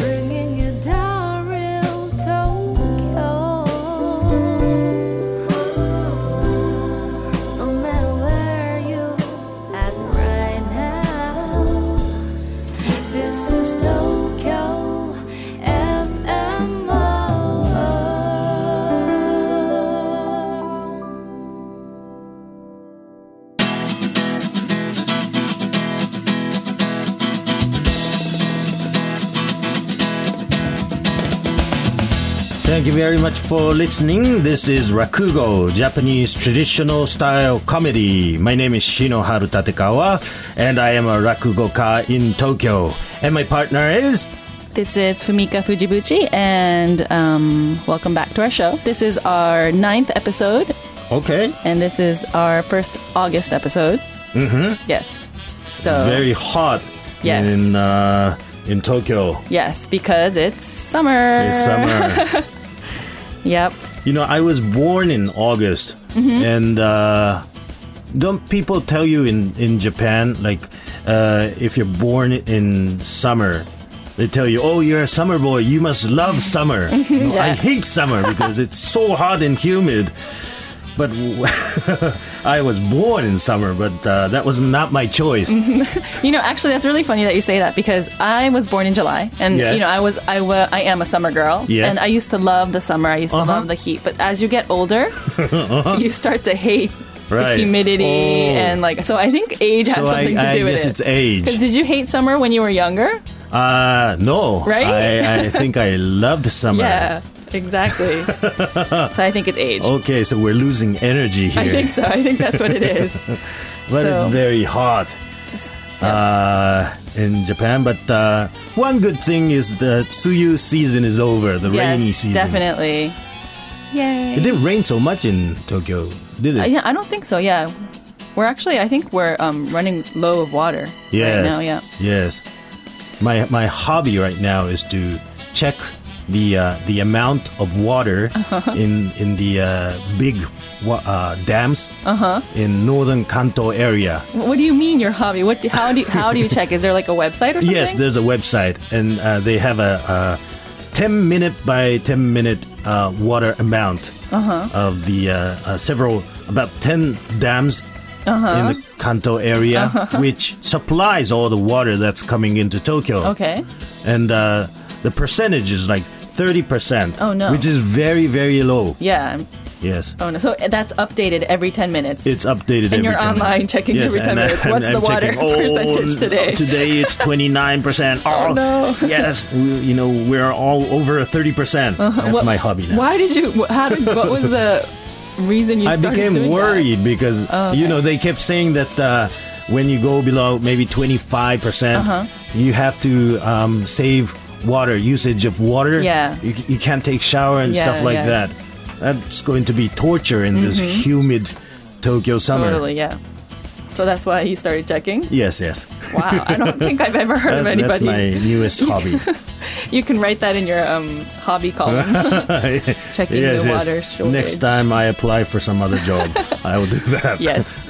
Bringing you down real Tokyo. No matter where you at right now. This is Tokyo FMO. Thank you very much for listening. This is Rakugo, Japanese traditional style comedy. My name is Shinoharu Tatekawa, and I am a Rakugoka in Tokyo. And my partner is This is Fumika Fujibuchi, and um, welcome back to our show. This is our ninth episode, okay. and this is our first August episode. Mm-hmm. Yes. So Very hot Yes. in uh, in Tokyo. yes, because it's summer. It's summer. Yep. you know, I was born in August, Mm-hmm. and uh, don't people tell you in in Japan like uh, if you're born in summer. They tell you, oh, you're a summer boy. You must love summer. No, I hate summer because it's so hot and humid. But w- I was born in summer, but uh, that was not my choice. Mm-hmm. You know, actually, that's really funny that you say that because I was born in July, and Yes. you know, I was I wa- I am a summer girl, Yes. and I used to love the summer. I used to Uh-huh. love the heat, but as you get older, you start to hate the Right. humidity Oh. and like. So I think age has so I, something to I do with guess it. it's age. 'Cause did you hate summer when you were younger? Uh, no. Right? I, I think I loved summer. Yeah, exactly. so I think it's age. Okay, so we're losing energy here. I think so. I think that's what it is. but it's so. very hot uh, in Japan. But uh, one good thing is the Tsuyu season is over, the yes, rainy season. definitely. Yay. It didn't rain so much in Tokyo, did it? Uh, yeah, I don't think so. Yeah, we're actually. I think we're um, running low of water yes. right now. Yeah. Yes. My, my hobby right now is to check the uh, the amount of water Uh-huh. in in the uh, big wa- uh, dams Uh-huh. in northern Kanto area. Wh- What do you mean your hobby? What? do- How do you, how do you check? Is there like a website or something? Yes, there's a website, and uh, they have a, a 10 minute by 10 minute uh, water amount Uh-huh. of the uh, uh, several, about 10 dams Uh-huh. in the Kanto area, which supplies all the water that's coming into Tokyo. Okay. And uh, the percentage is like 30%. Oh, no. Which is very, very low. Yeah. Yes. Oh no. So that's updated every ten minutes. It's updated every And you're 10 online minutes. checking yes, every 10 and I- minutes. and What's I'm the water checking, oh, percentage today?" Today it's 29%. Oh, no. yes, we, you know, we're all over 30%. That's What- my hobby now. Uh-huh. Why did you? wh- How did? What was the reason you? I started became doing Oh, worried because, you know, they kept saying that uh, when you go below maybe 25%, Uh-huh. percent you have to um, save water, usage of water. Yeah. You, c- you can't take shower and Yeah, stuff like yeah. that. That's going to be torture in this humid Tokyo That? summer. Totally. Yeah. So that's why you started checking. Yes, yes. Wow, I don't think I've ever heard of That- that's anybody. my newest hobby. You can write that in your um, hobby column. Checking yes, yes. the water shortage. Next time I apply for some other job, I will do that. yes.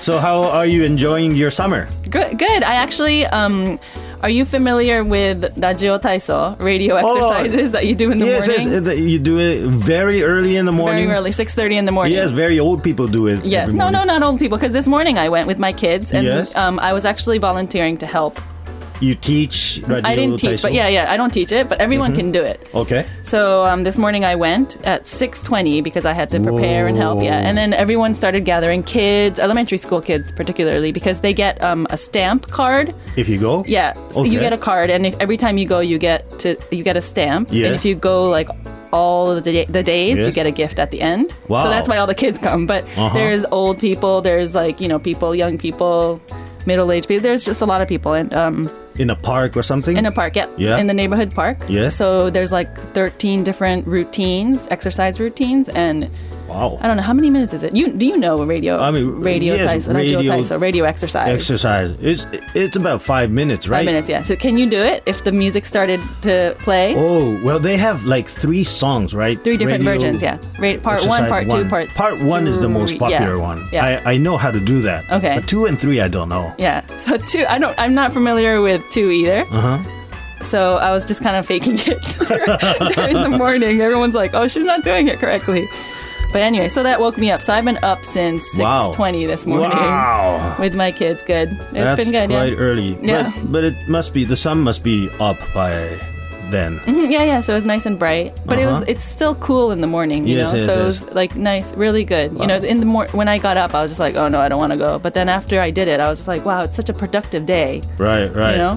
So, how are you enjoying your summer? Good. Good. I actually. Um, are you familiar with radio taiso, radio exercises that you do in the Oh, yes, yes. morning? uh, that You do it very early in the morning. Very early, six thirty in the morning. Yes, very old people do it. Yes. every No, no, morning. not old people. Because this morning I went with my kids, and Yes. um, I was actually volunteering to help. You teach radio I didn't teach, but Taiso? Mm-hmm. yeah, yeah, I don't teach it, but everyone can do it. Okay. So um, this morning I went at 6:20 because I had to prepare and help. Yeah, Whoa. and then everyone started gathering, kids, elementary school kids particularly, because they get um, a stamp card. If you go? Yeah, so Okay. you get a card, and if, every time you go, you get to you get a stamp. And Yes. if you go like all of the, da- the days, you Yes. get a gift at the end. Wow. So that's why all the kids come. But Uh-huh. there's old people, there's like you know people, young people, middle aged people. There's just a lot of people, and um, In a park or something? in a park, yep. Yeah. In the neighborhood park. Yeah. So there's like 13 different routines, exercise routines, and Wow. I don't know how many minutes is it. You do you know radio? I mean, radio yes, Taiso, radio, radio- Taiso, radio exercise. Exercise. It's, it's about five minutes, right? Five minutes, yeah. So can you do it if the music started to play? Oh, well, they have like three songs, right? Three different Radio- versions, yeah. Ra- part one, Exercise part two, part part one is the most three- popular yeah, one. Yeah. I, I know how to do that. Okay. But two and three, I don't know. Uh-huh. yeah. So two, I don't, I'm not familiar with two either. Uh huh. So I was just kind of faking it during the morning. Everyone's like, "Oh, she's not doing it correctly." But anyway, so that woke me up. So I've been up since Wow. 6:20 this morning Wow. with my kids. Good. It's That's been good. yeah. quite early. Yeah. But, but it must be, the sun must be up by then. Mm, Yeah, yeah. So it was nice and bright, but it was Uh-huh. it's still cool in the morning, you Yes, know. yes, so it yes. was like nice, really good. You know, in the mor- when I got up, I was just like, oh no, I don't want to go. But then after I did it, I was just like, wow, it's such a productive day, Right, right. you know.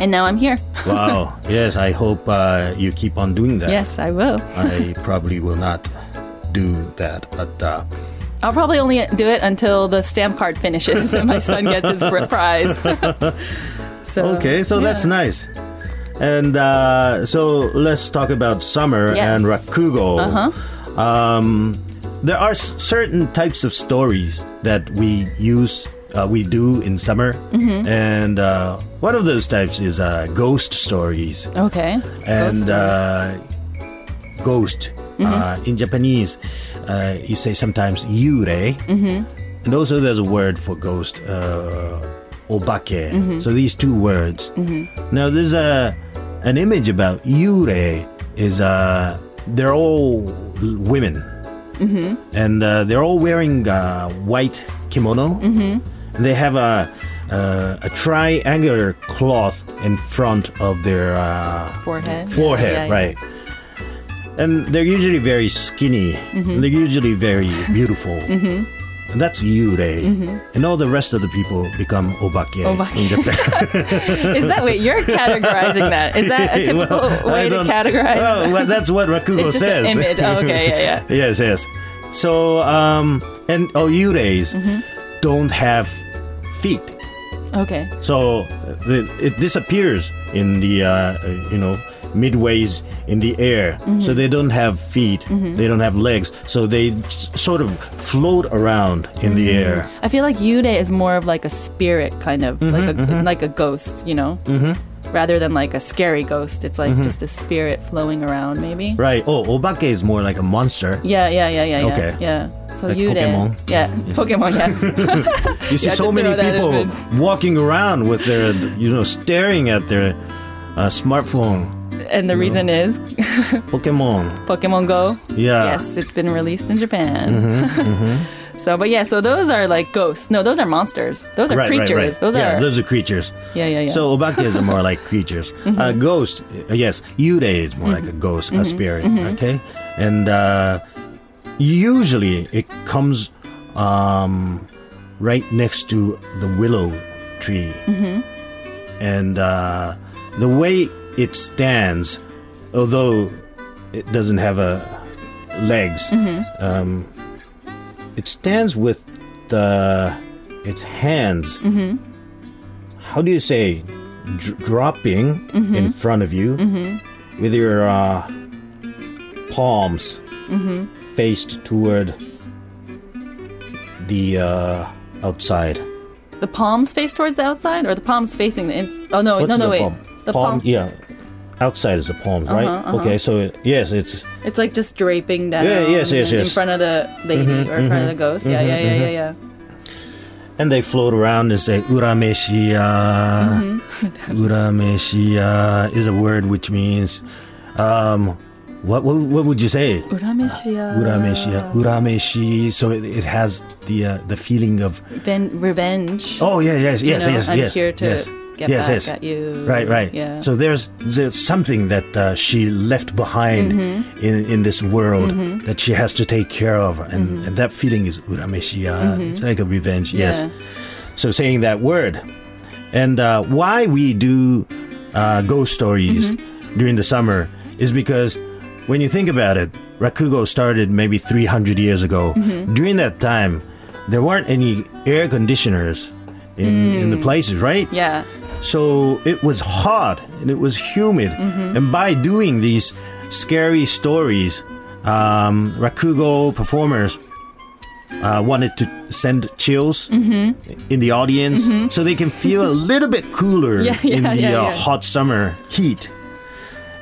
And now I'm here. Wow. yes, I hope uh, you keep on doing that. Yes, I will. I probably will not do that, but uh, I'll probably only do it until the stamp card finishes and my son gets his br- prize. so, okay, so yeah. that's nice. And uh, so let's talk about summer Yes. and Rakugo. Uh-huh. Um, there are s- certain types of stories that we use, uh, we do in summer, Mm-hmm. and uh, one of those types is uh, ghost stories. Okay. and Ghost uh, ghost uh, in Japanese, uh, you say sometimes yurei, and also there's a word for ghost, uh, obake. So these two words. Now there's a an image about yurei is uh, they're all l- women, and uh, they're all wearing uh, white kimono. They have a uh, a triangular cloth in front of their uh, forehead. forehead, Yeah, yeah. right? And they're usually very skinny. Mm-hmm. They're usually very beautiful. And that's yurei. And all the rest of the people become obake, Mm-hmm. Obake. in Japan. Is that wait? You're categorizing that. Is that a typical Well, I way to don't- categorize? Well, well, that's what Rakugo it's just says. an image. Oh, okay, yeah, yeah. yes, yes. So, um, and oyureis Mm-hmm. don't have feet. Okay. So the, it disappears in the uh, uh, you know midways in the air. Mm-hmm. So they don't have feet, they don't have legs, so they s- sort of float around in the air. I feel like Yude is more of like a spirit kind of Mm-hmm, like a like a ghost, you know. Mm-hmm. Rather than like a scary ghost, it's like just a spirit flowing around, maybe. Mm-hmm. Right. Oh, obake is more like a monster. Yeah, yeah, yeah, yeah, yeah. Okay. Yeah. So Like Yude. Pokemon? Yeah. Pokemon. Yeah. You see Yeah, so to many throw that people walking around with their you know staring at their uh, smartphone. and the reason is Pokemon. Pokemon Go. Yeah. Yes, it's been released in Japan. Mm-hmm, so, but yeah, so those are like ghosts. No, those are monsters. Those are Right, creatures. right, right. Those yeah, are. those are creatures. yeah, yeah, Mm-hmm. yeah. So obakes are more like creatures. Uh, ghost, uh, yes, yure is more Mm-hmm. like a ghost, a spirit. Okay, and uh, usually it comes um, right next to the willow tree, Mm-hmm. and uh, the way it stands, although it doesn't have a legs, Mm-hmm. um, it stands with the its hands how do you say dr- dropping Mm-hmm. in front of you with your uh, palms Mm-hmm. faced toward the uh, outside the palms face towards the outside, or the palms facing the ins- Oh no, no, no, the wait. palm? The palm, palm. Uh-huh, yeah outside is the palms right okay so yes it's It's like just draping down. Yeah, yes, yes, in- in yes. Mm-hmm, front of the lady or in front of the ghost. Yeah, yeah, yeah, yeah, and they float around and say urameshi Mm-hmm. urameshi is a word which means um, what, what what would you say yeah. Urameshia. Urameshi, uh, urameshi. So it, it has the uh, the feeling of Ven- revenge. oh yeah yes you yes know, yes I'm yes here to yes get yes back yes at you. right right Yeah. so there's there's something that uh, she left behind Mm-hmm. in in this world that she has to take care of and, and that feeling is urameshi. uh, It's like a revenge yes Mm-hmm. Yeah. so saying that word and uh, why we do uh, ghost stories during the summer is because when you think about it rakugo started maybe 300 years ago during that time there weren't any air conditioners in, in the places right Yeah. so it was hot and it was humid Mm-hmm. and by doing these scary stories um, rakugo performers uh, wanted to send chills Mm-hmm. in the audience so they can feel a little bit cooler Yeah, yeah, in the yeah, uh, yeah. hot summer heat.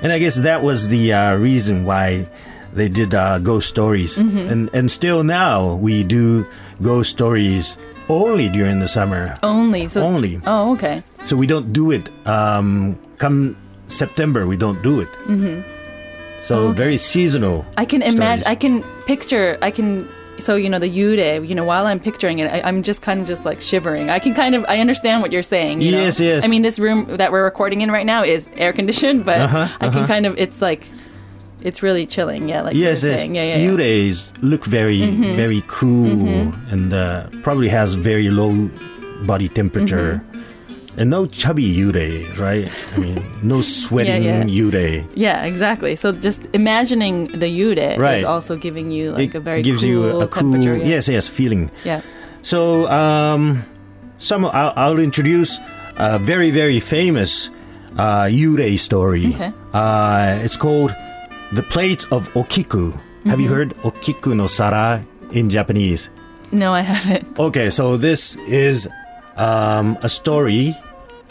And I guess that was the uh, reason why they did uh, ghost stories. Mm-hmm. And, and still now we do ghost stories only during the summer. Only. Oh, So. Only. Oh, okay. So we don't do it um, come September we don't do it. Mm-hmm. So very seasonal. Oh, I can imagine. stories. I can picture. I can. So you know the Yude. You know while I'm picturing it, I, I'm just kind of just like shivering. I can kind of. I understand what you're saying. you know? Yes, yes. I mean this room that we're recording in right now is air conditioned, but Uh-huh, I can kind of. It's like, it's really chilling. Yeah, like Yes, you're yes. saying. Yeah, yeah. yeah. Mm-hmm. Yurei look very, very cool and uh, probably has very low body temperature. And no chubby Yurei, right? I mean, no sweating Mm-hmm. yeah. Yurei. Yeah, exactly. So just imagining the Yude Right. is also giving you like it a very gives cool you a, a cool, temperature. yeah. yes, yes, feeling. Yeah. So, um, some I'll, I'll introduce a very, very famous uh, Yurei story. Okay. Uh, it's called The Plates of Okiku. Have you heard Okiku no Sara in Japanese? No, I haven't. Okay, so this is um, a story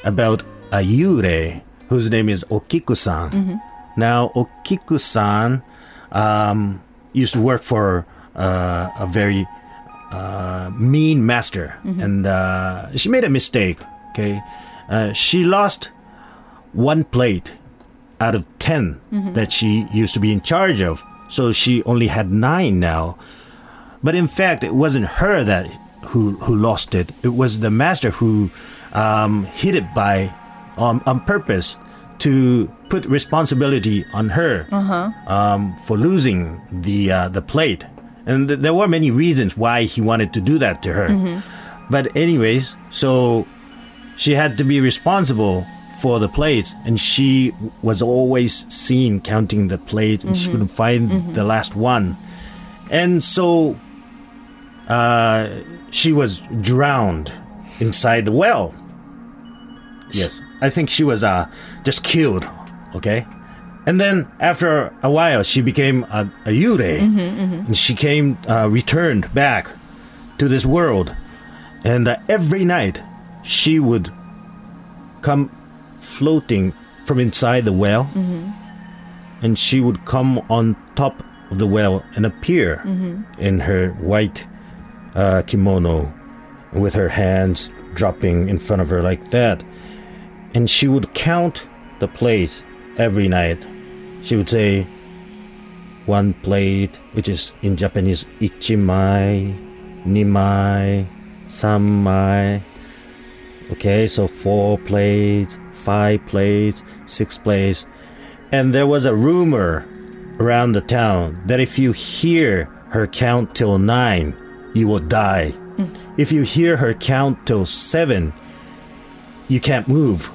about a yure whose name is Okiku-san. Now, Okiku-san um, used to work for uh, a very uh, mean master, and uh, she made a mistake. Okay, uh, she lost one plate out of 10 that she used to be in charge of, so she only had nine now. But in fact, it wasn't her that who who lost it. It was the master who um, hid it by um, on purpose to put responsibility on her um, for losing the uh, the plate. And th- there were many reasons why he wanted to do that to her. But anyways, so she had to be responsible for the plates and she was always seen counting the plates and she couldn't find the last one and so uh, she was drowned inside the well yes i think she was uh, just killed okay and then after a while she became a, a yure and she came uh, returned back to this world and uh, every night she would come floating from inside the well and she would come on top of the well and appear in her white uh, kimono with her hands dropping in front of her like that and she would count the plates every night she would say one plate which is in japanese ichimai nimai samai Okay, so four plates, five plates, six plates. And there was a rumor around the town that if you hear her count till nine, you will die. If you hear her count till seven, you can't move.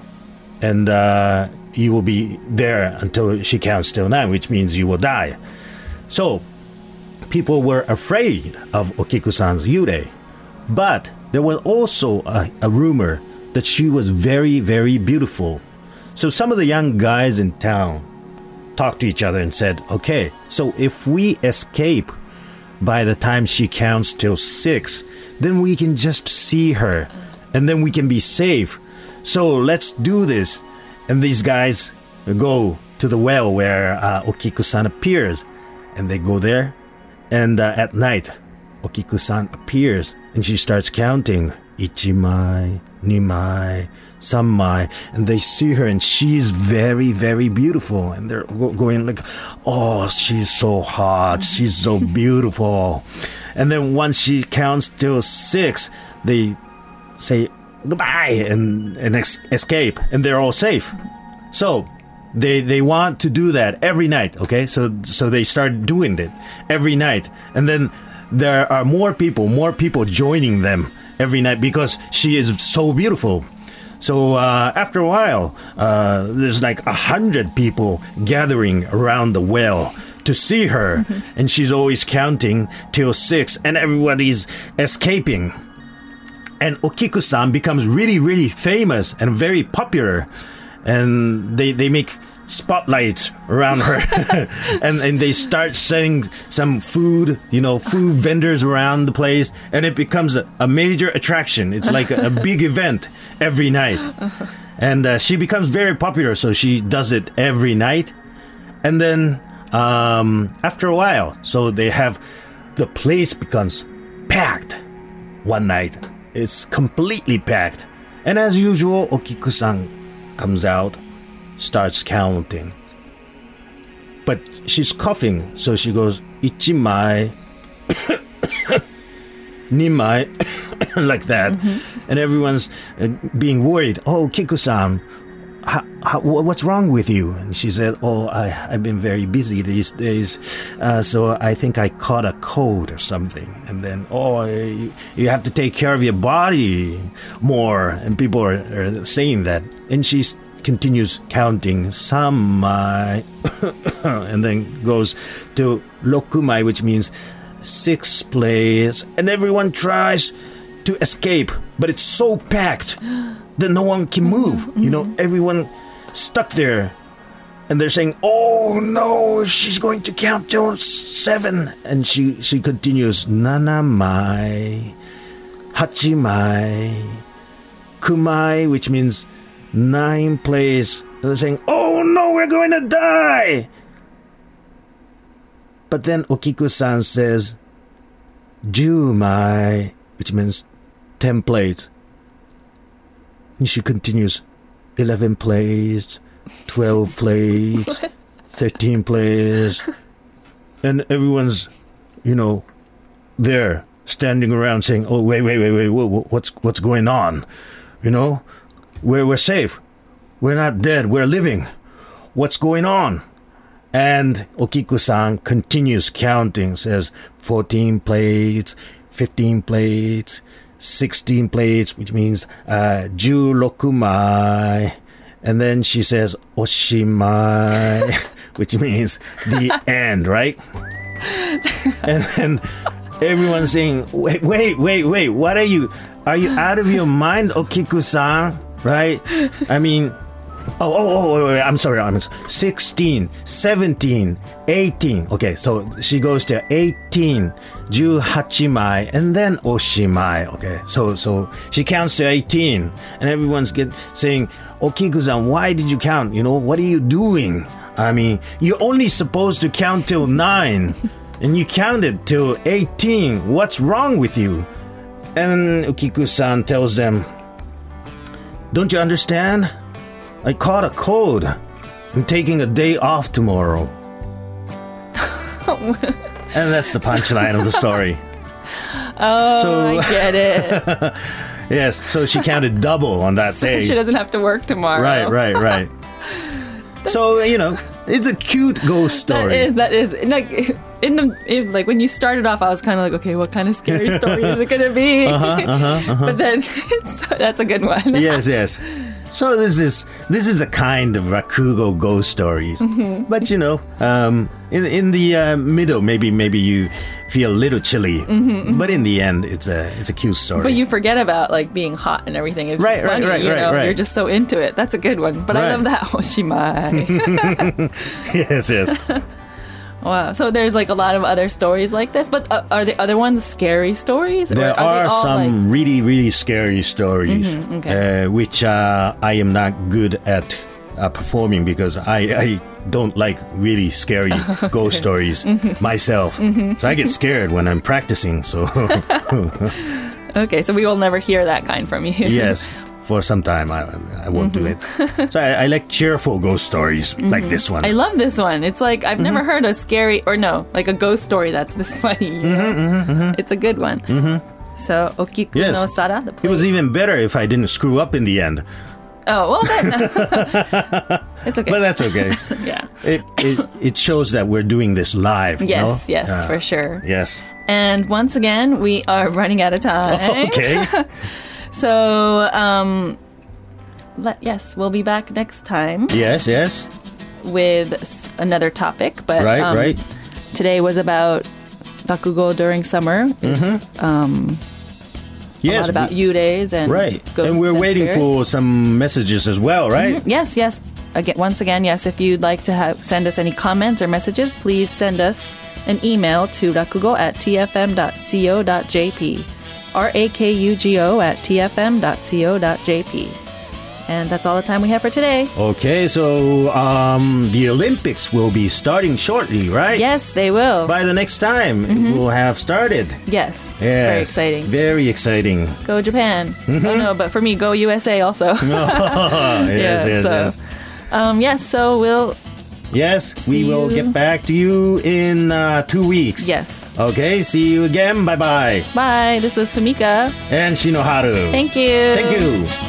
And uh, you will be there until she counts till nine, which means you will die. So people were afraid of Okiku san's yurei. But there was also a, a rumor that she was very, very beautiful. So some of the young guys in town talked to each other and said, okay, so if we escape by the time she counts till six, then we can just see her and then we can be safe. So let's do this. And these guys go to the well where uh, Okiku san appears and they go there and uh, at night, Okiku san appears and she starts counting Ichimai, Nimai, Sammai. And they see her and she's very, very beautiful. And they're go- going like, oh, she's so hot. She's so beautiful. and then once she counts till six, they say goodbye and, and ex- escape. And they're all safe. So they they want to do that every night. Okay, so so they start doing it every night, and then there are more people, more people joining them every night because she is so beautiful. So uh, after a while, uh, there's like a hundred people gathering around the well to see her, and she's always counting till six, and everybody's escaping and Okiku-san becomes really, really famous and very popular, and they they make spotlights around her, and and they start selling some food, you know, food vendors around the place, and it becomes a, a major attraction. It's like a, a big event every night, and uh, she becomes very popular. So she does it every night, and then um, after a while, so they have the place becomes packed one night. It's completely packed. And as usual, Okiku san comes out starts counting. But she's coughing, so she goes, Ichimai, Nimai, like that. And everyone's uh, being worried. Oh, Kiku san, what's wrong with you? And she said, Oh, I, I've been very busy these days, uh, so I think I caught a cold or something. And then, Oh, you, you have to take care of your body more. And people are, are saying that. And she s- continues counting samai and then goes to lokumai, which means six plays. And everyone tries to escape, but it's so packed that no one can move. You know, everyone stuck there. And they're saying, "Oh no, she's going to count to seven. And she she continues, "Nanamai, Hachimai, Kumai," which means nine plays. And they're saying, "Oh no, we're going to die." But then Okiku-san says, "Jumai," which means ten plays. And she continues 11 plays, 12 plays, 13 plays. And everyone's, you know, there standing around saying, oh, wait, wait, wait, wait, wha- wha- what's, what's going on? You know, we're, we're safe. We're not dead. We're living. What's going on? And Okiku san continues counting, says 14 plates, 15 plates, 16 plates, which means uh, 16mai. And then she says oshimai, which means the end, right? And then everyone's saying, wait, wait, wait, wait, what are you? Are you out of your mind, Okiku san? Right? I mean, Oh, oh, oh, wait, wait, wait. I'm sorry. I'm sorry. 16, 17, 18. Okay, so she goes to 18, 18mai, and then oshimai. Okay, so so she counts to 18, and everyone's get saying, Okiku-san, why did you count? You know, what are you doing? I mean, you're only supposed to count till 9, and you counted till 18. What's wrong with you? And Okiku-san tells them, Don't you understand? I caught a cold. I'm taking a day off tomorrow. and that's the punchline of the story. Oh, So- I get it. Yes, so she counted double on that So day. she doesn't have to work tomorrow. right, right, right. so, you know, it's a cute ghost That story. is that is and, like in the in, like when you started off, I was kind of like, okay, what kind of scary story is it gonna be? Uh-huh, but then so that's a good one. yes, yes. So this is this is a kind of Rakugo ghost stories, Mm-hmm. but you know, um, in in the uh, middle, maybe maybe you feel a little chilly, but in the end, it's a it's a cute story. Mm-hmm, But you forget about like being hot and everything. It's Right, just right, funny, right, you right, know. right. You're just so into it. That's a good one. But Right. I love that Oshimai. yes, yes. wow. So there's like a lot of other stories like this. But uh, are the other ones scary stories? Or There they are, all, some like- Mm-hmm, really, really scary stories, okay. uh, which uh, I am not good at uh, performing because I, I don't like really scary ghost stories Mm-hmm. myself. So I get scared when I'm practicing. So, okay, so we will never hear that kind from you. yes, for some time I, I won't do it. So I, I like cheerful ghost stories like this one. Mm-hmm. I love this one. It's like I've never Mm-hmm. heard a scary or no, like a ghost story that's this funny. Mm-hmm, you know? It's a good one. So Okiku Yes. no Sara, the it plate. was even better if I didn't screw up in the end, oh well then, it's okay. but uh, that's okay. yeah. it, it it shows that we're doing this live. you Yes, know? yes, Yeah. for sure. Yes. And once again, we are running out of Oh. time. Okay. So, um, let, yes, we'll be back next time Yes, yes. with s- another topic. But Right, um, right. today was about rakugo during summer. It's a Yes. lot about we- you days and Right. ghosts and we're waiting spirits. for some messages as well, right? Yes, yes. Again, once again, yes. If you'd like to have, send us any comments or messages, please send us an email to rakugo at tfm.co.jp. R A K U G O at tfm.co.jp. And that's all the time we have for today. Okay, so um the Olympics will be starting shortly, right? Yes, they will. By the next time it will have started. yes. Yes. Mm-hmm. Very exciting. Very exciting. Go Japan. Oh, no, but for me, go USA also. yes, yes, so, yes. Um, yes, so we'll. Yes, we See will you. get back to you in uh, two weeks. Yes. Okay, see you again. Bye bye. Bye. This was Famika. And Shinoharu. Thank you. Thank you.